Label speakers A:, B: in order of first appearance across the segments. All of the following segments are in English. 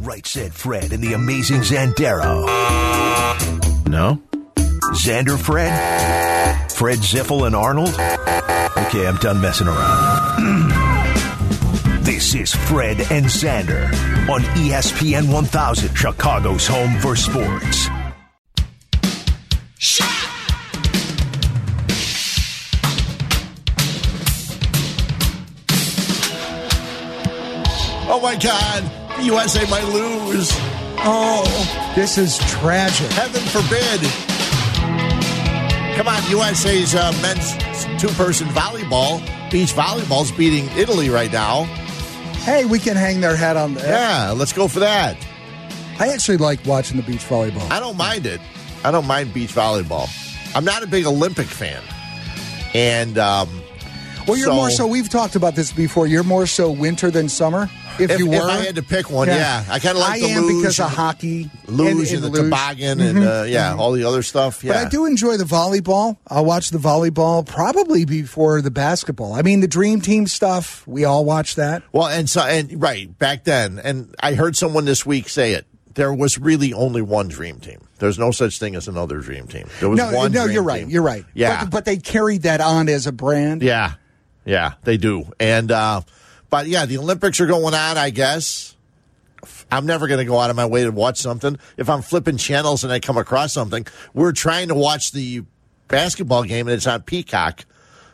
A: Right said Fred and the amazing Zandero.
B: No?
A: Xander Fred? Fred Ziffel and Arnold? Okay, I'm done messing around. this is Fred and Xander on E ESPN 1000, Chicago's home for sports.
C: Oh my God, the USA might lose. Oh,
D: this is tragic.
C: Heaven forbid. Come on, USA's uh, men's two person volleyball, beach volleyball's beating Italy right now.
D: Hey, we can hang their hat on that.
C: Yeah, let's go for that.
D: I actually like watching the beach volleyball.
C: I don't mind it. I don't mind beach volleyball. I'm not a big Olympic fan. And, um,
D: well, you're
C: so-
D: more so. We've talked about this before. You're more so winter than summer. If, you were,
C: I had to pick one, yeah, I kind of like
D: I
C: the
D: am
C: luge
D: because of
C: and-
D: hockey,
C: luge and, the
D: luge.
C: toboggan and uh, yeah, all the other stuff. Yeah,
D: Mm-hmm. But I do enjoy the volleyball. I'll watch the volleyball probably before the basketball. I mean, the dream team stuff. We all watch that.
C: Well, and so and right back then, and I heard someone this week say it. There was really only one dream team. There's no such thing as another dream team. There was
D: no,
C: one.
D: no,
C: dream
D: you're right.
C: team.
D: You're right.
C: Yeah,
D: but, but they carried that on as a brand.
C: yeah, yeah. They do, and uh, but yeah, the Olympics are going on. I guess I'm never going to go out of my way to watch something. If I'm flipping channels and I come across something, we're trying to watch the basketball game and it's on Peacock.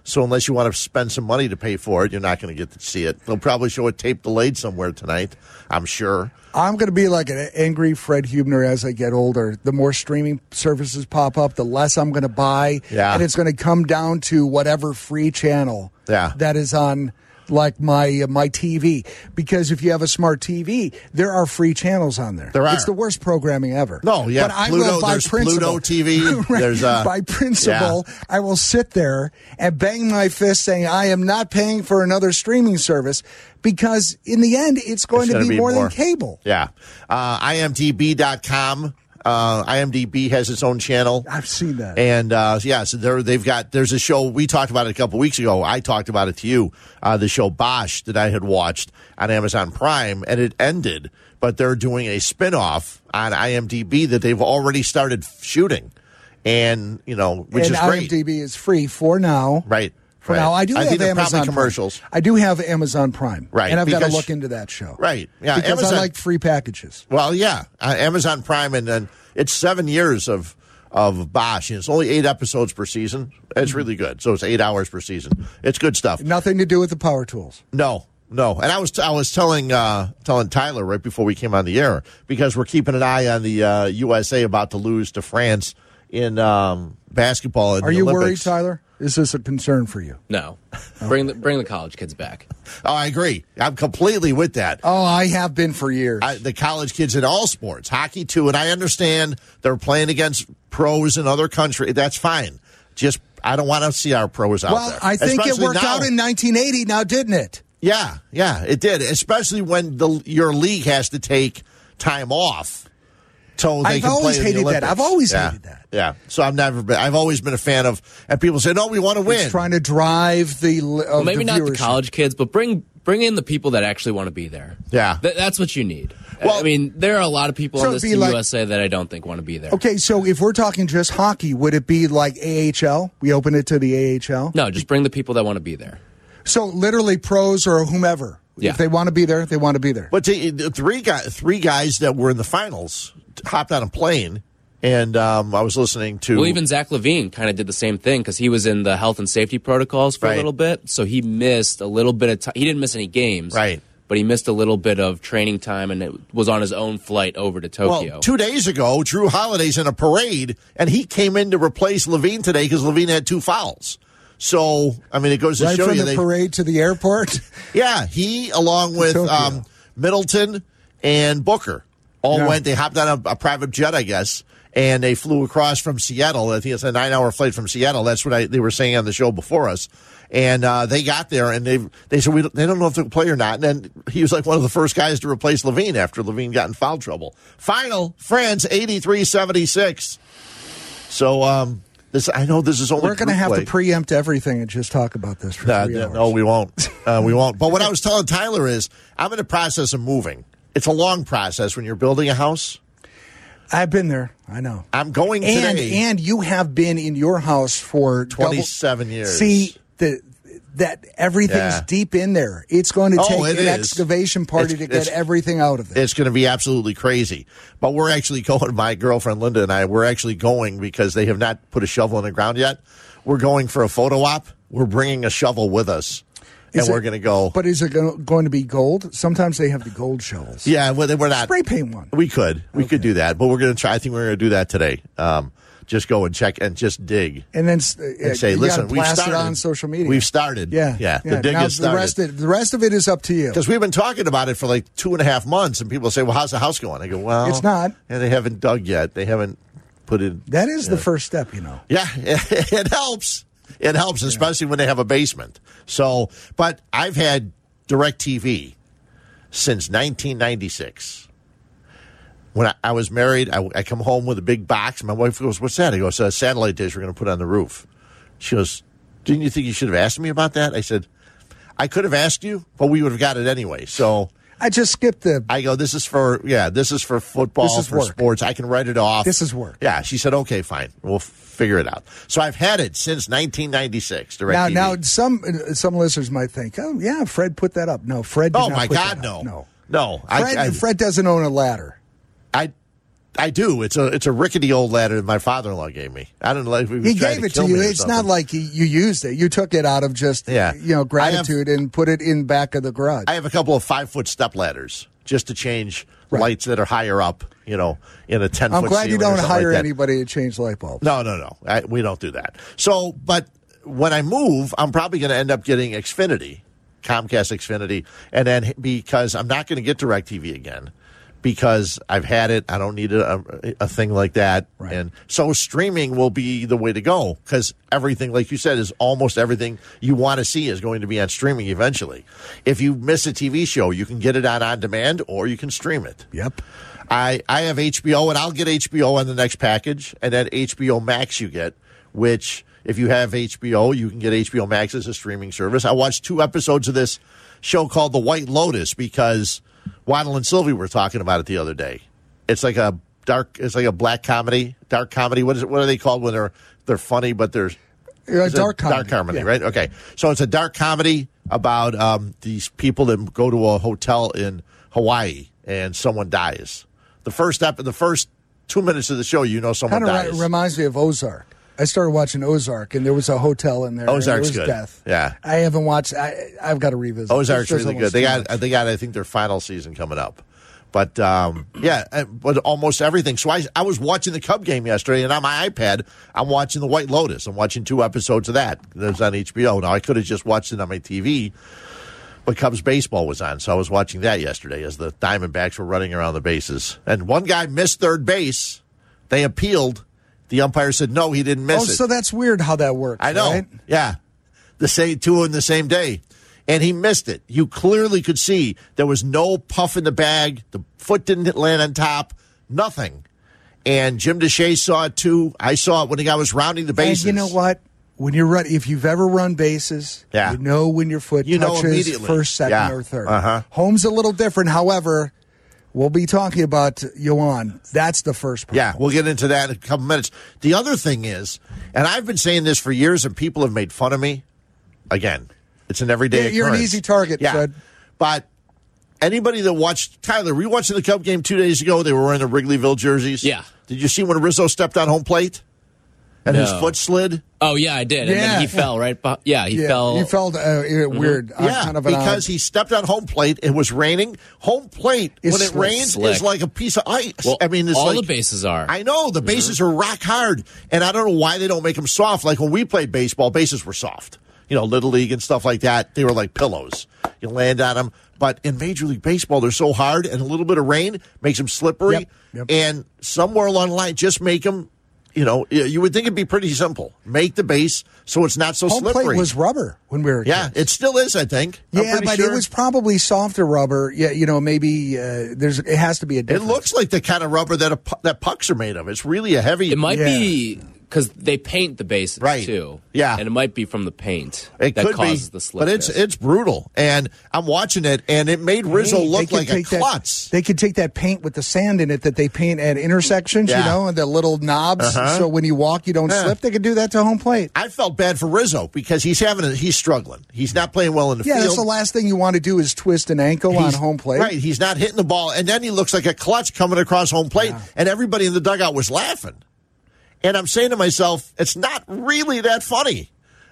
C: So unless you want to spend some money to pay for it, you're not going to get to see it. They'll probably show it tape delayed somewhere tonight. I'm sure.
D: I'm going to be like an angry Fred Hubner as I get older. The more streaming services pop up, the less I'm going to buy.
C: Yeah.
D: And it's going to come down to whatever free channel
C: Yeah.
D: that is on like my my TV because if you have a smart TV, there are free channels on there.
C: There are.
D: It's the worst programming ever.
C: No, yeah,
D: But I
C: Pluto-
D: will by
C: there's
D: principle.
C: Pluto TV, there's, uh,
D: by principle, I will sit there and bang my fist saying I am not paying for another streaming service because in the end it's going
C: It's
D: to
C: gonna
D: be, more than cable.
C: Yeah. Uh, IMDb.com. Uh, IMDb has its own channel.
D: I've seen that.
C: And uh, yeah, so there, they've got, there's a show, we talked about it a couple weeks ago. I talked about it to you, uh, the show Bosch that I had watched on Amazon Prime, and it ended, but they're doing a spin off on IMDb that they've already started shooting. And, you know, which
D: and
C: is great.
D: IMDb is free for now.
C: Right.
D: For
C: right.
D: now, I do have
C: think they're
D: Amazon
C: probably
D: Prime.
C: commercials.
D: I do have Amazon Prime.
C: Right,
D: And I've got to
C: because-
D: look into that show.
C: Right, yeah,
D: Because
C: Amazon-
D: I like free packages.
C: Well, yeah, uh, Amazon Prime, and then it's seven years of of Bosch. And it's only eight episodes per season. It's really good. So it's eight hours per season. It's good stuff.
D: Nothing to do with the power tools.
C: No, no. And I was I was telling uh, telling Tyler right before we came on the air because we're keeping an eye on the uh, USA about to lose to France in um, basketball. In
D: Are
C: the
D: you worried,
C: Olympics.
D: Tyler? Is this a concern for you?
E: No, bring the bring the college kids back.
C: Oh, I agree. I'm completely with that.
D: Oh, I have been for years.
C: I, the college kids in all sports, hockey too. And I understand they're playing against pros in other countries. That's fine. Just I don't want to see our pros out
D: well,
C: there.
D: I think it
C: Especially
D: worked
C: now.
D: out in 1980 now, didn't it?
C: yeah, yeah, it did. Especially when the your league has to take time off. So they
D: I've
C: can play
D: always
C: in the
D: hated that.
C: Olympics.
D: I've always
C: Yeah,
D: hated that.
C: Yeah. So I've never been. I've always been a fan of. And people say, "No, we want to win."
D: It's trying to drive the l- of
E: Well, maybe
D: the
E: not the
D: viewership.
E: college kids, but bring bring in the people that actually want to be there.
C: Yeah.
E: Th- that's what you need. I-
C: Well-
E: I mean, there are a lot of people
D: So
E: on this
D: it'd be
E: team
D: like-
E: USA that I don't think want to be there.
D: Okay, so if we're talking just hockey, would it be like AHL? We open it to the AHL.
E: No, just bring the people that want to be there.
D: So literally, pros or whomever,
E: Yeah.
D: if they want to be there, they want to be there.
C: But to, the three guys, three guys that were in the finals hopped on a plane, and um, I was listening to
E: Well, even Zach Levine kind of did the same thing because he was in the health and safety protocols for
C: Right.
E: a little bit, so he missed a little bit of time. He didn't miss any games,
C: Right.
E: But he missed a little bit of training time, and it was on his own flight over to Tokyo.
C: Well, two days ago, Drew Holiday's in a parade, and he came in to replace Levine today because Levine had two fouls. So, I mean, it goes to
D: right
C: show
D: from
C: you.
D: the parade to the airport.
C: yeah, he along with
D: Tokyo.
C: um, Middleton and Booker all
D: Yeah.
C: went. They hopped on a, a private jet, I guess, and they flew across from Seattle. I think it's a nine-hour flight from Seattle. That's what I, they were saying on the show before us. And uh, they got there, and they they said we don't, they don't know if they'll play or not. And then he was like one of the first guys to replace Levine after Levine got in foul trouble. Final France 83-76. So um, this I know this is only
D: We're going to
C: group
D: have
C: play.
D: to preempt everything and just talk about this for
C: No,
D: three
C: no,
D: hours.
C: no, we won't. Uh, we won't. But what I was telling Tyler is, I'm in the process of moving. It's a long process when you're building a house.
D: I've been there. I know.
C: I'm going
D: and
C: today.
D: and you have been in your house for double-
C: 27 years.
D: See the. That everything's
C: Yeah.
D: deep in there. It's going to
C: Oh, it
D: take an
C: is.
D: excavation party
C: It's-
D: to get
C: it's-
D: everything out of it.
C: it's going to be absolutely crazy. But we're actually going. My girlfriend Linda and I we're actually going because they have not put a shovel in the ground yet. We're going for a photo op. We're bringing a shovel with us,
D: Is
C: and
D: it-
C: we're going to go.
D: But is it go- going to be gold? Sometimes they have the gold shovels.
C: yeah, we're we're not.
D: Spray paint one.
C: We could, we could do that, but we're going to try. I think we're going to do that today. Um, just go and check and just dig.
D: And then s- uh,
C: and say,
D: you
C: "Listen,
D: gotta
C: we've
D: blast
C: started
D: it on social media.
C: We've started.
D: yeah,
C: yeah. The dig
D: Now
C: is
D: the rest,
C: started
D: of, the rest of it is up to you.
C: because we've been talking about it for like two and a half months, and people say, "Well, how's the house going?" I go, "Well,
D: It's not.
C: Yeah, they haven't dug yet. They haven't put in.
D: That is the first step, you know.
C: Yeah, it, helps. It helps, especially when they have a basement. So, but I've had DirecTV since 1996. When I, I was married, I, I come home with a big box. My wife goes, "What's that?" I go, "It's a satellite dish we're going to put on the roof." She goes, "Didn't you think you should have asked me about that?" I said, "I could have asked you, but we would have got it anyway." So
D: I just skipped the.
C: I go, "This is for yeah, this is for football,
D: This is
C: for
D: work.
C: sports. I can write it off.
D: This is work.
C: Yeah, she said, "Okay, fine, we'll f- figure it out." So I've had it since 1996. Direct
D: now, now, some uh, some listeners might think, "Oh, yeah, Fred put that up." No, Fred. Did
C: oh
D: not
C: my
D: put that
C: God, no,
D: up. no.
C: no,
D: Fred,
C: I, I,
D: Fred doesn't own a ladder.
C: I, I do. It's a it's a rickety old ladder that my father-in-law gave me. I don't know if he, was
D: He
C: trying
D: gave it
C: kill
D: to
C: me
D: you.
C: or
D: It's not
C: something.
D: like you, you used it. You took it out of just
C: Yeah.
D: you
C: I
D: know
C: have-
D: gratitude and put it in back of the garage.
C: I have a couple of five-foot step ladders just to change
D: Right.
C: lights that are higher up. You know, in a ten.
D: I'm glad you don't hire
C: like that.
D: anybody to change light bulbs.
C: No, no, no. I, we don't do that. So, but when I move, I'm probably going to end up getting Xfinity, Comcast Xfinity, and then because I'm not going to get DirecTV again because I've had it. I don't need a, a thing like that.
D: Right.
C: And so streaming will be the way to go because everything, like you said, is almost everything you want to see is going to be on streaming eventually. If you miss a TV show, you can get it on on demand or you can stream it.
D: Yep.
C: I, I have HBO, and I'll get HBO on the next package, and then HBO Max you get, which if you have HBO, you can get HBO Max as a streaming service. I watched two episodes of this show called The White Lotus because Waddle and Sylvie were talking about it the other day. It's like a dark, it's like a black comedy, dark comedy. What is it? What are they called when they're they're funny but they're
D: Uh,
C: it's a
D: dark comedy.
C: Dark comedy,
D: Yeah.
C: right? Okay. So it's a dark comedy about um, these people that go to a hotel in Hawaii and someone dies. The first step, the first two minutes of the show, you know someone
D: Kind
C: dies.
D: of reminds me of Ozark. I started watching Ozark, and there was a hotel in there. and there
C: Ozark's
D: was
C: good.
D: Death.
C: Yeah.
D: I haven't watched. I I've got to revisit.
C: Ozark's
D: There's
C: really good.
D: almost
C: They
D: too
C: got
D: much.
C: they got I think their final season coming up. But um, yeah, uh, but almost everything. So I, I was watching the Cub game yesterday, and on my iPad, I'm watching The White Lotus. I'm watching two episodes of that. That's on HBO. Now I could have just watched it on my TV, but Cubs baseball was on, so I was watching that yesterday as the Diamondbacks were running around the bases, and one guy missed third base. They appealed. The umpire said no, he didn't miss
D: Oh,
C: it.
D: so that's weird how that works.
C: I know.
D: right?
C: Yeah. The same two in the same day. And he missed it. You clearly could see there was no puff in the bag. The foot didn't land on top. Nothing. And Jim DeShay saw it too. I saw it when the guy was rounding the bases.
D: And you know what? When you run, if you've ever run bases,
C: Yeah.
D: you know when your foot
C: You know
D: touches
C: immediately.
D: first, second,
C: Yeah.
D: or 3rd
C: Uh-huh.
D: Home's a little different. However, we'll be talking about Yoan. That's the first part.
C: Yeah, we'll get into that in a couple minutes. The other thing is, and I've been saying this for years, and people have made fun of me. Again, it's an everyday.
D: You're- you're an
C: occurrence.
D: easy target,
C: yeah.
D: Fred.
C: But anybody that watched Tyler, were you watching the Cub game two days ago? They were wearing the Wrigleyville jerseys.
E: Yeah.
C: Did you see when Rizzo stepped on home plate and his
E: No.
C: foot slid?
E: Oh yeah, I did. And
D: Yeah.
E: then he fell right. Beh- yeah, he
D: Yeah,
E: fell.
D: You felt uh, uh, weird. uh,
C: Mm-hmm. Yeah,
D: kind of an
C: because
D: odd-
C: he stepped on home plate. It was raining. Home plate
D: Is
C: when it
D: slick.
C: rains
E: Slick.
C: is like a piece of ice.
E: Well,
C: I mean, it's
E: all
C: like,
E: the bases are.
C: I know the bases are rock hard, and I don't know why they don't make them soft. Like when we played baseball, bases were soft. You know, little league and stuff like that. They were like pillows. You land on them, but in Major League Baseball, they're so hard, and a little bit of rain makes them slippery.
D: Yep, yep.
C: And somewhere along the line, just make them. You know, y- you would think it'd be pretty simple. Make the base so it's not so
D: home
C: slippery.
D: plate was rubber when we were
C: yeah,
D: kids.
C: it still is. I think. I'm
D: Yeah,
C: pretty
D: but
C: sure.
D: it was probably softer rubber. Yeah, you know, maybe uh, there's it has to be a
C: It
D: difference.
C: looks like the kind of rubber that a, pu- that pucks are made of. It's really a heavy.
E: It might
D: Yeah.
E: be because they paint the bases
C: Right.
E: too.
C: Yeah.
E: and it might be from the paint
C: It
E: that
C: could
E: causes
C: be,
E: the
C: but
E: slippiness.
C: it's it's brutal, and I'm watching it, and it made Rizzo
D: Hey,
C: look
D: could
C: like a
D: take that-
C: klutz.
D: they could take that paint with the sand in it that they paint at intersections, you
C: Yeah. Uh-huh.
D: know, and the little knobs. So when you walk, you don't
C: Yeah.
D: slip. They could do that to home plate.
C: I felt bad for Rizzo because he's having a, he's struggling. He's not playing well in the
D: Yeah,
C: field.
D: that's the last thing you want to do is twist an ankle on
C: He's-
D: home plate.
C: Right, he's not hitting the ball, and then he looks like a clutch coming across home plate, and everybody in the dugout was laughing. And I'm saying to myself, it's not really that funny.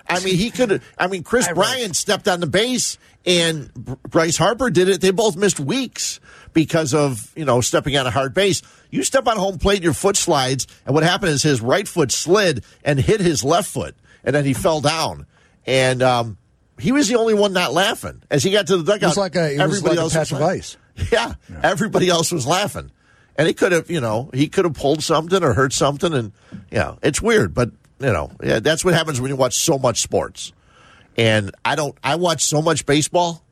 C: I mean, he could. I mean, Chris Bryant stepped on the base, and Br- Bryce Harper did it. They both missed weeks because of you know stepping on a hard base. You step on home plate, your foot slides, and what happened is his right foot slid and hit his left foot, and then he fell down. And um, he was the only one not laughing as he got to the dugout.
D: It was like a, it was like a patch of
C: laughing.
D: ice.
C: Yeah, everybody else was laughing, and he could have, you know, he could have pulled something or hurt something, and yeah, it's weird, but you know, yeah, that's what happens when you watch so much sports. And I don't, I watch so much baseball.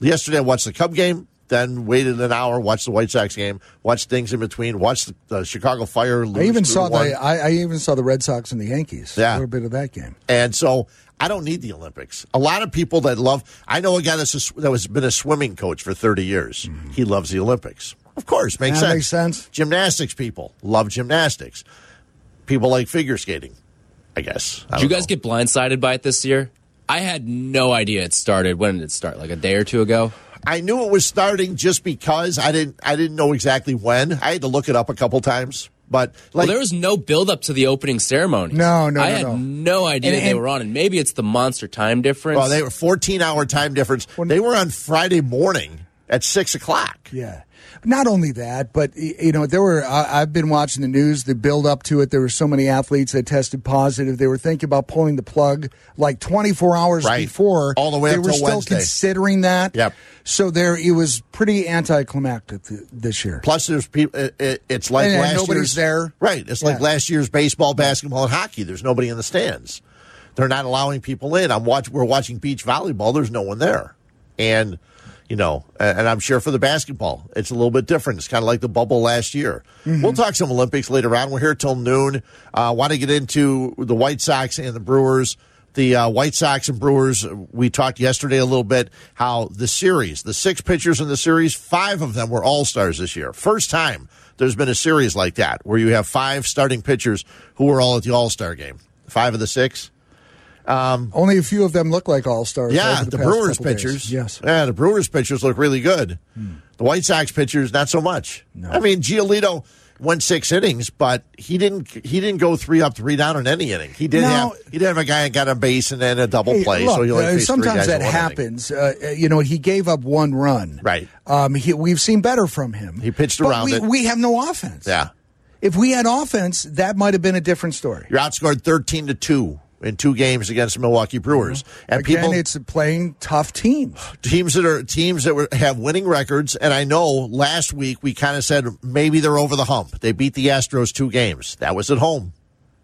C: Yesterday, I watched the Cub game, then waited an hour, watched the White Sox game, watched things in between, watched the, the Chicago Fire.
D: I
C: lose
D: even
C: two to
D: saw
C: one.
D: the I, I even saw the Red Sox and the Yankees.
C: Yeah.
D: a little bit of that game.
C: And so I don't need the Olympics. A lot of people that love, I know a guy that's a, sw- that has been a swimming coach for 30 years. He loves the Olympics. Of course, makes
D: That
C: sense.
D: makes sense.
C: Gymnastics people love gymnastics. People like figure skating, I guess. I
E: Did you
C: don't
E: guys
C: know.
E: get blindsided by it this year? I had no idea it started. When did it start? Like a day or two ago.
C: I knew it was starting just because I didn't. I didn't know exactly when. I had to look it up a couple times, but
E: Well,
C: like
E: there was no build up to the opening ceremony.
D: No, no,
E: I
D: no,
E: had
D: no.
E: no, idea
D: And-
E: they
D: and-
E: were on, and maybe it's the monster time difference.
C: well, they were fourteen hour time difference. They were on Friday morning at six o'clock.
D: Yeah. Not only that, but y- you know, there were. I, I've been watching the news. The build up to it. There were so many athletes that tested positive. They were thinking about pulling the plug like 24 hours
C: Right.
D: before.
C: All the way
D: They
C: up
D: were
C: till
D: still
C: Wednesday.
D: considering that.
C: Yep.
D: So there, it was pretty anticlimactic th- this year.
C: Plus, there's people. It, it, it's like
D: And- and
C: last
D: nobody's
C: year's
D: there.
C: Right. It's like
D: Yeah.
C: last year's baseball, basketball, and hockey. There's nobody in the stands. They're not allowing people in. I'm watch. We're watching beach volleyball. There's no one there, and you know, a- and I'm sure for the basketball, it's a little bit different. It's kind of like the bubble last year.
D: Mm-hmm.
C: We'll talk some Olympics later on. We're here till noon. I uh, want to get into the White Sox and the Brewers. The uh, White Sox and Brewers, uh, we talked yesterday a little bit how the series, the six pitchers in the series, five of them were all stars this year. First time there's been a series like that where you have five starting pitchers who were all at the All Star game. Five of the six.
D: Only a few of them look like all stars.
C: Yeah,
D: over
C: the,
D: the, past
C: Brewers
D: couple days.
C: pitchers.
D: Yes. Hmm.
C: Yeah, the Brewers pitchers look really good. The White Sox pitchers, not so much. I mean, Giolito went six innings, but he didn't. He didn't go three up, three down in any inning. He did
D: Now-
C: have. He did have a guy that got a base and then a double
D: Hey,
C: play.
D: look,
C: so he only
D: uh,
C: faced three
D: sometimes
C: guys in
D: that
C: one inning.
D: happens. Uh, uh, you know, he gave up one run.
C: Right.
D: Um, he, we've seen better from him.
C: He pitched
D: But
C: around
D: we,
C: it.
D: We have no offense.
C: Yeah,
D: If we had offense, that might have been a different story.
C: you're outscored thirteen to two in two games against the Milwaukee Brewers, and
D: Mm-hmm. Again,
C: people
D: it's playing tough teams.
C: teams that are teams that were, have winning records. And I know last week we kind of said maybe they're over the hump. They beat the Astros two games. That was at home.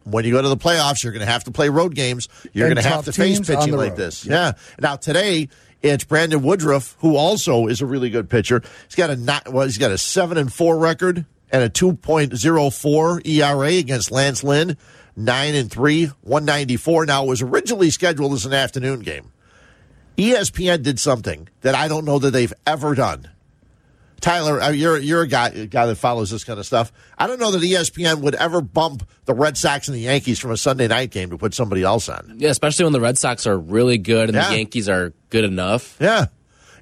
C: When you go to the playoffs, you're going to have to play road games. You're
D: And
C: going to have
D: tough
C: to face
D: teams on
C: pitching
D: the
C: like
D: road.
C: this. Yeah. Now today it's Brandon Woodruff, who also is a really good pitcher. He's got a not, well, he's got a seven and four record and a two point zero four ERA against Lance Lynn. Nine and three, one ninety four. Now it was originally scheduled as an afternoon game. E ESPN did something that I don't know that they've ever done. Tyler, uh, you're you're a guy a guy that follows this kind of stuff. I don't know that E ESPN would ever bump the Red Sox and the Yankees from a Sunday night game to put somebody else on.
E: yeah, especially when the Red Sox are really good and
C: Yeah.
E: the Yankees are good enough.
C: Yeah,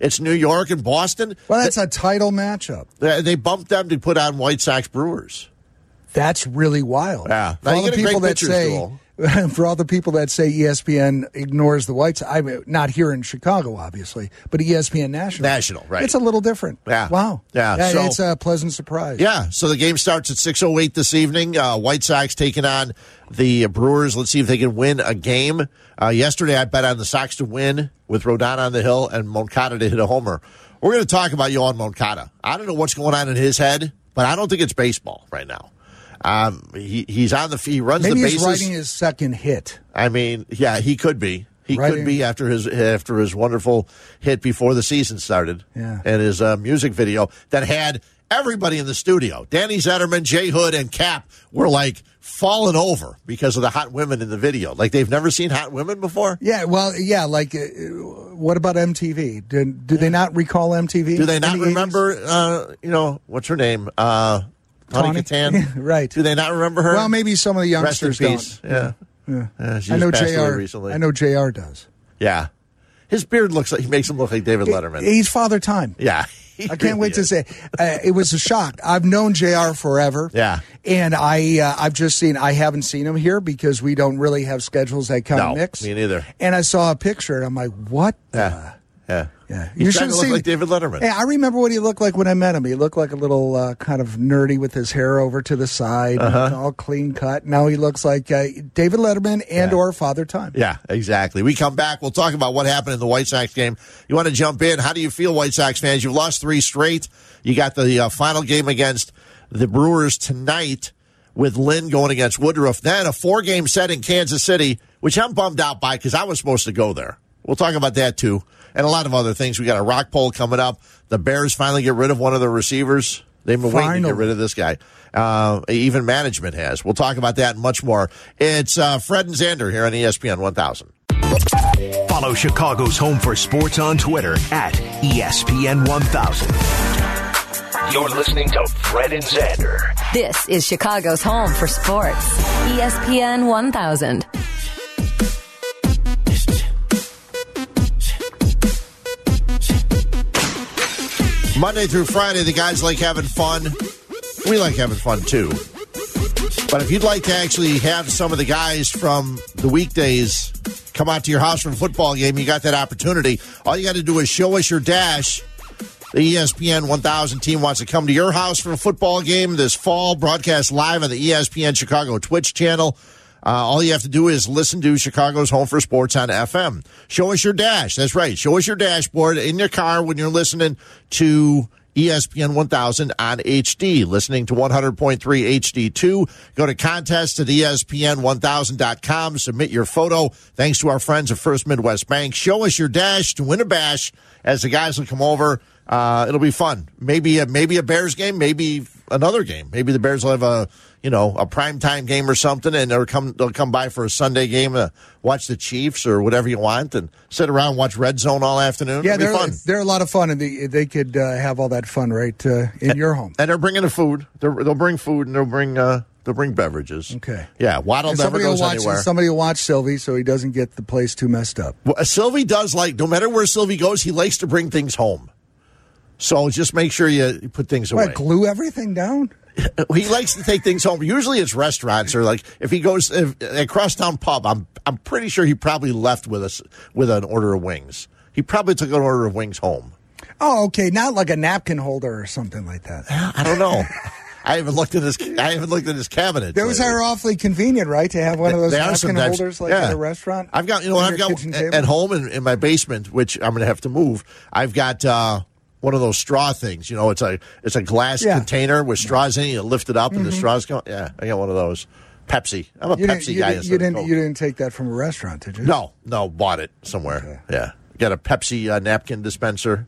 C: it's New York and Boston.
D: Well, that's a title matchup.
C: They, they bumped them to put on White Sox Brewers.
D: That's really wild.
C: Yeah.
D: For
C: Now,
D: all
C: you
D: the
C: get a
D: people
C: great
D: that
C: pitcher's
D: say,
C: duel.
D: for all the people that say E ESPN ignores the White Sox, I mean, not here in Chicago, obviously, but E ESPN National.
C: National, right.
D: It's a little different.
C: Yeah.
D: Wow.
C: Yeah, so-
D: it's a pleasant surprise.
C: Yeah, so the game starts at 6:08 this evening. Uh, White Sox taking on the Brewers. Let's see if they can win a game. Uh, yesterday, I bet on the Sox to win with Rodon on the hill and Moncada to hit a homer. We're going to talk about Yohan Moncada. I don't know what's going on in his head, but I don't think it's baseball right now. Um, he, he's on the he runs
D: Maybe
C: the
D: he's
C: bases.
D: writing his second hit.
C: I mean, yeah, he could be. He could
D: Writing.
C: be after his after his wonderful hit before the season started,
D: Yeah.
C: and his uh, music video that had everybody in the studio, Danny Zetterman, Jay Hood, and Cap, were like falling over because of the hot women in the video. Like they've never seen hot women before.
D: Yeah, well, yeah. Like, uh, what about MTV? Do, do they not recall MTV?
C: Do they not
D: in the 80s?
C: remember? Uh, you know what's her name? Uh, Tawny
D: Tawny?
C: Katan.
D: Right.
C: Do they not remember her?
D: Well, maybe some of the
C: Rest in
D: youngsters
C: peace.
D: don't.
C: Yeah. Yeah. she
D: I
C: just
D: know
C: passed away
D: Jr.
C: recently.
D: I know Jr. does.
C: Yeah. His beard looks like he makes him look like David Letterman.
D: He's father time.
C: yeah.
D: I can't wait to say uh, it was a shock. I've known Jr. forever.
C: Yeah.
D: and I uh, I've just seen I haven't seen him here because we don't really have schedules that kind
C: No,
D: of mix.
C: me neither.
D: And I saw a picture and I'm like, what?
C: Yeah. Yeah.
D: The? Yeah,
C: He's trying to look like David Letterman.
D: Hey, I remember what he looked like when I met him. He looked like a little uh, kind of nerdy with his hair over to the side,
C: Uh-huh.
D: all clean cut. Now he looks like uh, David Letterman and or Father Time.
C: Yeah, exactly. We come back. We'll talk about what happened in the White Sox game. You want to jump in? How do you feel, White Sox fans? You've lost three straight. You got the uh, final game against the Brewers tonight with Lynn going against Woodruff. Then a four game set in Kansas City, which I'm bummed out by because I was supposed to go there. We'll talk about that too. And a lot of other things. We got a rock poll coming up. The Bears finally get rid of one of their receivers. They've been waiting to
D: Finally.
C: get rid of this guy. Uh, even management has. We'll talk about that and much more. It's uh, Fred and Xander here on E ESPN 1000.
A: Follow Chicago's Home for Sports on Twitter at E ESPN 1000. You're listening to Fred and Xander.
B: This is Chicago's home for sports. E ESPN 1000.
C: Monday through Friday, the guys like having fun. We like having fun too. But if you'd like to actually have some of the guys from the weekdays come out to your house for a football game, you got that opportunity. All you got to do is show us your dash. The E ESPN 1000 team wants to come to your house for a football game this fall, broadcast live on the E ESPN Chicago Twitch channel. Uh, all you have to do is listen to Chicago's Home for Sports on FM. Show us your dash. That's right. Show us your dashboard in your car when you're listening to E ESPN 1000 on HD, listening to 100.3 HD2. Go to contest at E ESPN1000.com. Submit your photo. Thanks to our friends at First Midwest Bank. Show us your dash to win a bash as the guys will come over. Uh, it'll be fun. Maybe a, maybe a Bears game, maybe another game. Maybe the Bears will have a you know a primetime game or something, and they'll come they'll come by for a Sunday game, uh, watch the Chiefs or whatever you want, and sit around and watch Red Zone all afternoon.
D: Yeah,
C: It'll
D: they're
C: be fun.
D: they're a lot of fun, and they, they could uh, have all that fun right uh, in your home.
C: And they're bringing the food. They're, they'll bring food and they'll bring uh, they'll bring beverages.
D: Okay.
C: Yeah, Waddle
D: And
C: never
D: somebody will
C: goes
D: watch
C: anywhere.
D: somebody will watch Sylvie so he doesn't get the place too messed up.
C: Well, Sylvie does like no matter where Sylvie goes, he likes to bring things home. So just make sure you you put things away.
D: What, glue everything down?
C: he likes to take things home. Usually it's restaurants or like if he goes if, at Crosstown Pub, I'm I'm pretty sure he probably left with us with an order of wings. He probably took an order of wings home.
D: Oh, okay, not like a napkin holder or something like that.
C: I don't know. I haven't looked in his I haven't looked in his cabinet.
D: Those
C: lately.
D: are awfully convenient, right? To have one of those
C: They are
D: napkin
C: sometimes-
D: holders like
C: yeah.
D: at a restaurant.
C: I've got you know
D: on
C: what I've
D: your
C: got
D: kitchen
C: at,
D: table?
C: at home in, in my basement, which I'm going to have to move. I've got uh, one of those straw things. You know, it's a it's a glass
D: Yeah. Mm-hmm.
C: container with straws in. it. You lift it up and the straws go. Yeah, I got one of those. Pepsi. I'm a
D: You
C: Pepsi
D: didn't, you
C: guy.
D: didn't,
C: instead
D: you
C: of
D: didn't
C: Coke.
D: you didn't take that from a restaurant, did you?
C: No, no, bought it somewhere. Yeah, got a Pepsi uh, napkin dispenser.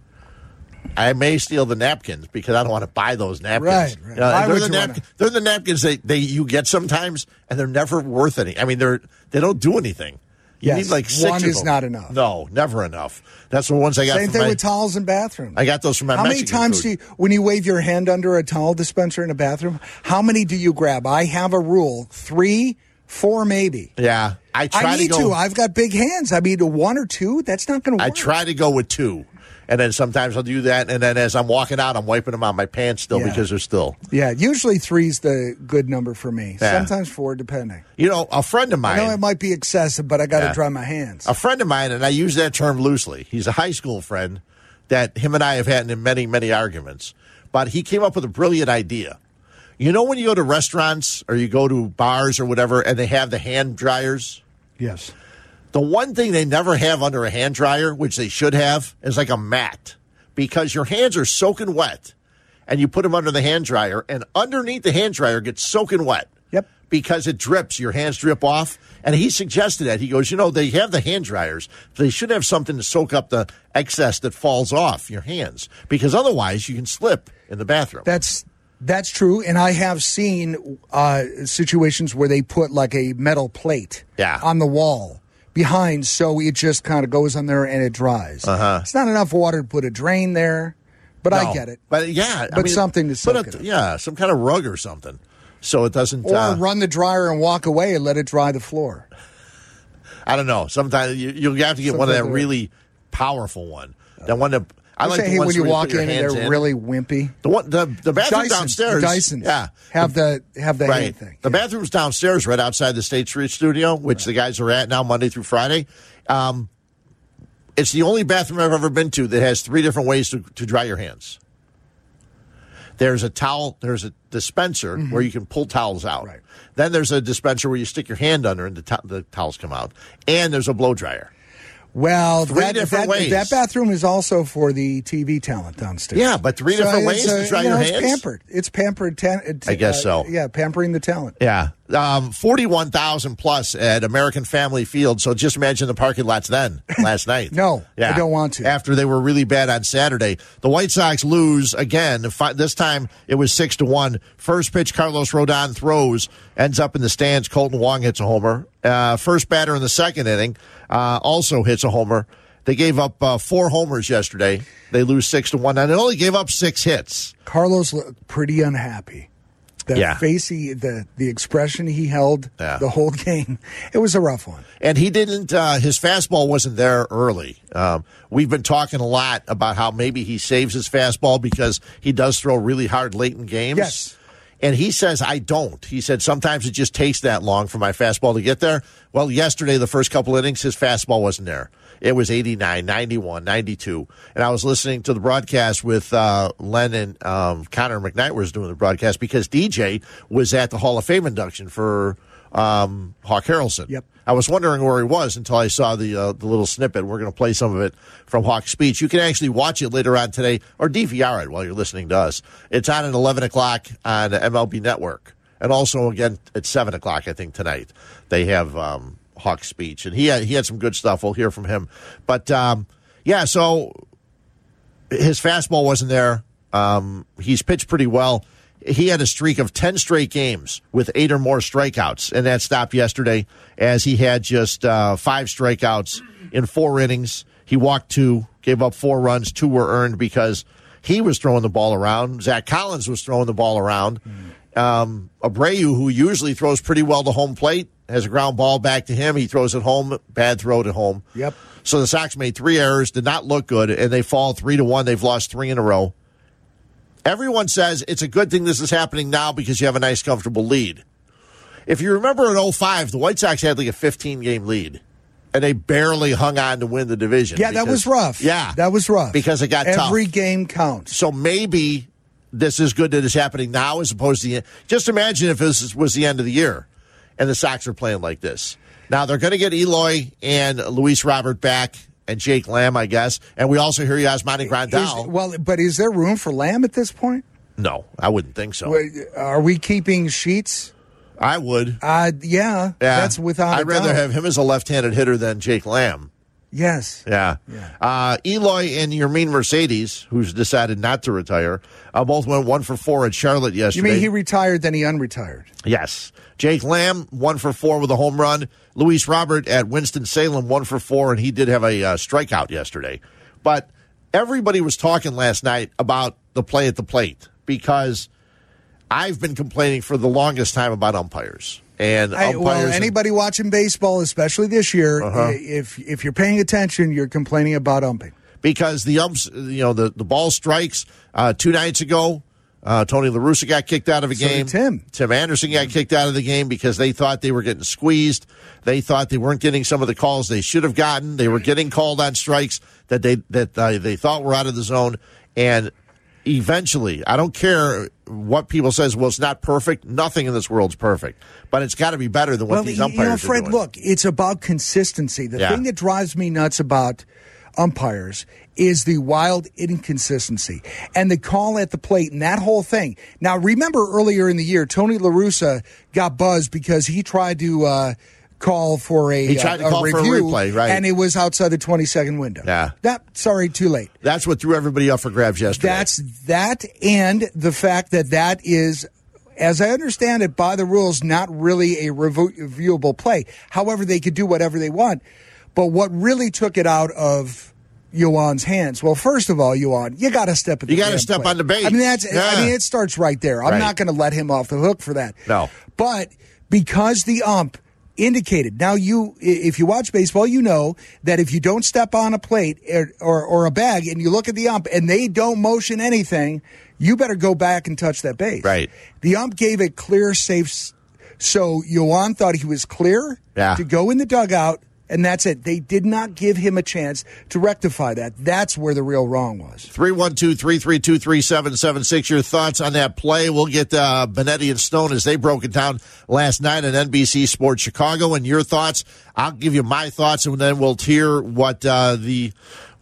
C: I may steal the napkins because I don't want to buy those napkins.
D: Right, right.
C: Uh,
D: Why
C: they're,
D: would
C: the
D: you wanna-
C: they're the napkins they, they you get sometimes, and they're never worth any. I mean, they're they don't do anything. You
D: Yes,
C: need like six.
D: one
C: of
D: is
C: them.
D: not enough.
C: No, never enough. That's the ones I got.
D: Same
C: from
D: thing
C: my-
D: with towels in bathrooms.
C: I got those from my.
D: how many
C: Mexican
D: times
C: food.
D: do you, when you wave your hand under a towel dispenser in a bathroom, how many do you grab? I have a rule: three, four, maybe.
C: Yeah, I try
D: I need
C: to go.
D: to. I've got big hands. I mean, one or two. That's not going to
C: I
D: work.
C: try to go with two, and then sometimes I'll do that, and then as I'm walking out, I'm wiping them on my pants still
D: Yeah.
C: because they're still.
D: Yeah, usually three's the good number for me.
C: Yeah.
D: Sometimes four, depending.
C: You know, a friend of
D: I
C: mine.
D: know it might be excessive, but I got to
C: Yeah. Oh.
D: dry my hands.
C: A friend of mine, and I use that term loosely, he's a high school friend that him and I have had in many, many arguments, but he came up with a brilliant idea. You know, when you go to restaurants or you go to bars or whatever, and they have the hand dryers?
D: yes.
C: The one thing they never have under a hand dryer, which they should have, is like a mat because your hands are soaking wet and you put them under the hand dryer and underneath the hand dryer gets soaking wet.
D: Yep.
C: because it drips. Your hands drip off. And he suggested that. He goes, you know, they have the hand dryers. They should have something to soak up the excess that falls off your hands because otherwise you can slip in the bathroom.
D: That's that's true, and I have seen uh, situations where they put like a metal plate
C: Yeah.
D: on the wall behind, so it just kind of goes on there and it dries. Uh-huh. It's not enough water to put a drain there, but I
C: No.
D: get it.
C: But yeah,
D: But something to soak
C: put
D: it
C: a,
D: up.
C: Yeah, some kind of rug or something, so it doesn't.
D: or
C: uh,
D: run the dryer and walk away and let it dry the floor.
C: I don't know. Sometimes you, you'll have to get one of that
D: Sometimes-
C: really powerful one. That one that I
D: I
C: like
D: say,
C: the
D: hey,
C: ones
D: when you
C: where
D: walk
C: put your
D: in and
C: hands
D: they're really wimpy.
C: the one the, the bathroom
D: Dysons,
C: downstairs.
D: the Dysons,
C: yeah,
D: have the have the
C: right.
D: hand thing.
C: The
D: Yeah.
C: bathroom's downstairs, right outside the State Street studio, which the guys are at now Monday through Friday. Um, it's the only bathroom I've ever been to that has three different ways to, to dry your hands. There's a towel. There's a dispenser where you can pull towels out.
D: Mm-hmm. Right.
C: Then there's a dispenser where you stick your hand under and the, to- the towels come out. And there's a blow dryer.
D: Well,
C: Three
D: that,
C: different
D: that,
C: ways.
D: that bathroom is also for the TV talent downstairs.
C: Yeah, but three different
D: it's, uh,
C: ways to dry
D: you know,
C: your
D: it's
C: hands?
D: Pampered. It's pampered. Ten, it's,
C: I guess
D: uh,
C: so.
D: Yeah, pampering the talent.
C: Yeah. Um, 41,000 plus at American Family Field. So just imagine the parking lots then last night.
D: No, I don't want to.
C: After they were really bad on Saturday. The White Sox lose again. Fi- This time it was 6 to 1. First pitch, Carlos Rodon throws, ends up in the stands. Colton Wong hits a homer. Uh, first batter in the second inning uh, also hits a homer. They gave up uh, four homers yesterday. They lose 6 to 1. And they only gave up six hits.
D: Carlos looked pretty unhappy. The
C: Yeah.
D: face he, the the expression he held
C: Yeah.
D: the whole game. It was a rough one.
C: and he didn't uh, his fastball wasn't there early um, we've been talking a lot about how maybe he saves his fastball because he does throw really hard late in games
D: Yes.
C: and he says i don't he said sometimes it just takes that long for my fastball to get there well yesterday the first couple innings his fastball wasn't there it was 89 91 92 and i was listening to the broadcast with uh, len and um, connor mcknight was doing the broadcast because dj was at the hall of fame induction for um, hawk harrelson
D: Yep.
C: I was wondering where he was until I saw the uh, the little snippet. We're going to play some of it from Hawk's speech. You can actually watch it later on today or DVR it while you're listening to us. It's on at 11 o'clock on MLB Network. And also, again, at 7 o'clock, I think, tonight, they have um, Hawk's speech. And he had, he had some good stuff. We'll hear from him. But um, yeah, so his fastball wasn't there. Um, he's pitched pretty well. He had a streak of 10 straight games with eight or more strikeouts, and that stopped yesterday as he had just uh, five strikeouts in four innings. He walked two, gave up four runs, two were earned because he was throwing the ball around. Zach Collins was throwing the ball around. Um, Abreu, who usually throws pretty well to home plate, has a ground ball back to him. He throws it home, bad throw to home.
D: Yep.
C: So the Sox made three errors, did not look good, and they fall three to one. They've lost three in a row. Everyone says it's a good thing this is happening now because you have a nice, comfortable lead. If you remember in 05, the White Sox had like a 15 game lead, and they barely hung on to win the division.
D: Yeah, that
C: because-
D: was rough.
C: Yeah.
D: that was rough
C: Because it got tough.
D: every game counts.
C: So maybe this is good that it's happening now as opposed to the Just imagine if this was the end of the year and the Sox are playing like this. Now they're going to get Eloy and Luis Robert back and Jake Lamb, I guess. And we also hear Yasmani Grandal.
D: Is- well, but is there room for Lamb at this point?
C: no, I wouldn't think so.
D: Wait, Are we keeping sheets?
C: I would.
D: Uh, yeah,
C: Yeah.
D: that's without.
C: I'd
D: a
C: rather
D: doubt.
C: have him as a left-handed hitter than Jake Lamb.
D: Yes.
C: Yeah. Uh, Eloy and Yermin Mercedes, who's decided not to retire, uh, both went one for four at Charlotte
D: You
C: yesterday.
D: mean he retired, then he unretired?
C: Yes. Jake Lamb, one for four with a home run. Luis Robert at Winston-Salem, one for four, and he did have a uh, strikeout yesterday. But everybody was talking last night about the play at the plate because I've been complaining for the longest time about umpires. And
D: I,
C: umpires.
D: well,
C: and- Uh-huh.
D: anybody watching baseball, especially this year, i- if if you're paying attention, you're complaining about umping.
C: because the umps, you know, the, the ball strikes. Uh, two nights ago, uh, Tony La Russa got kicked out of a
D: So did
C: game.
D: Tim.
C: Tim Anderson got kicked out of the game because they thought they were getting squeezed. They thought they weren't getting some of the calls they should have gotten. They were getting called on strikes that they that uh, they thought were out of the zone, and eventually, I don't care what people says. Well, it's not perfect. Nothing in this world's perfect, but it's got to be better than what these
D: you-
C: umpires
D: you know,
C: are
D: Fred,
C: doing.
D: look, it's about consistency. The
C: Yeah.
D: thing that drives me nuts about umpires is the wild inconsistency and the call at the plate and that whole thing. Now, remember earlier in the year, Tony LaRussa got buzzed because he tried to uh, call for a,
C: He tried
D: uh,
C: to call for a
D: review,
C: replay, right.
D: And it was outside the 20 second window.
C: Yeah.
D: That, sorry, too late.
C: That's what threw everybody up for grabs yesterday.
D: That's that, and the fact that that is, as I understand it, by the rules, not really a revo- reviewable play. However, they could do whatever they want. But what really took it out of Yuan's hands? Well, first of all, Yuan, you got to step. At the
C: You gotta
D: damn
C: step
D: plate.
C: on the bait.
D: I mean, that's.
C: Yeah.
D: I mean, it starts right there. I'm
C: Right.
D: not going to let him off the hook for that.
C: No.
D: But because the ump indicated, now you, i- if you watch baseball, you know that if you don't step on a plate or, or, or a bag and you look at the ump and they don't motion anything, you better go back and touch that base.
C: Right.
D: The ump gave a clear, safe. s- So Yoan thought he was clear
C: Yeah.
D: to go in the dugout. And that's it. They did not give him a chance to rectify that. That's where the real wrong was.
C: 312 332 3776. Your thoughts on that play? We'll get uh, Benetti and Stone as they broke it down last night on NBC Sports Chicago. And your thoughts, I'll give you my thoughts, and then we'll hear what uh, the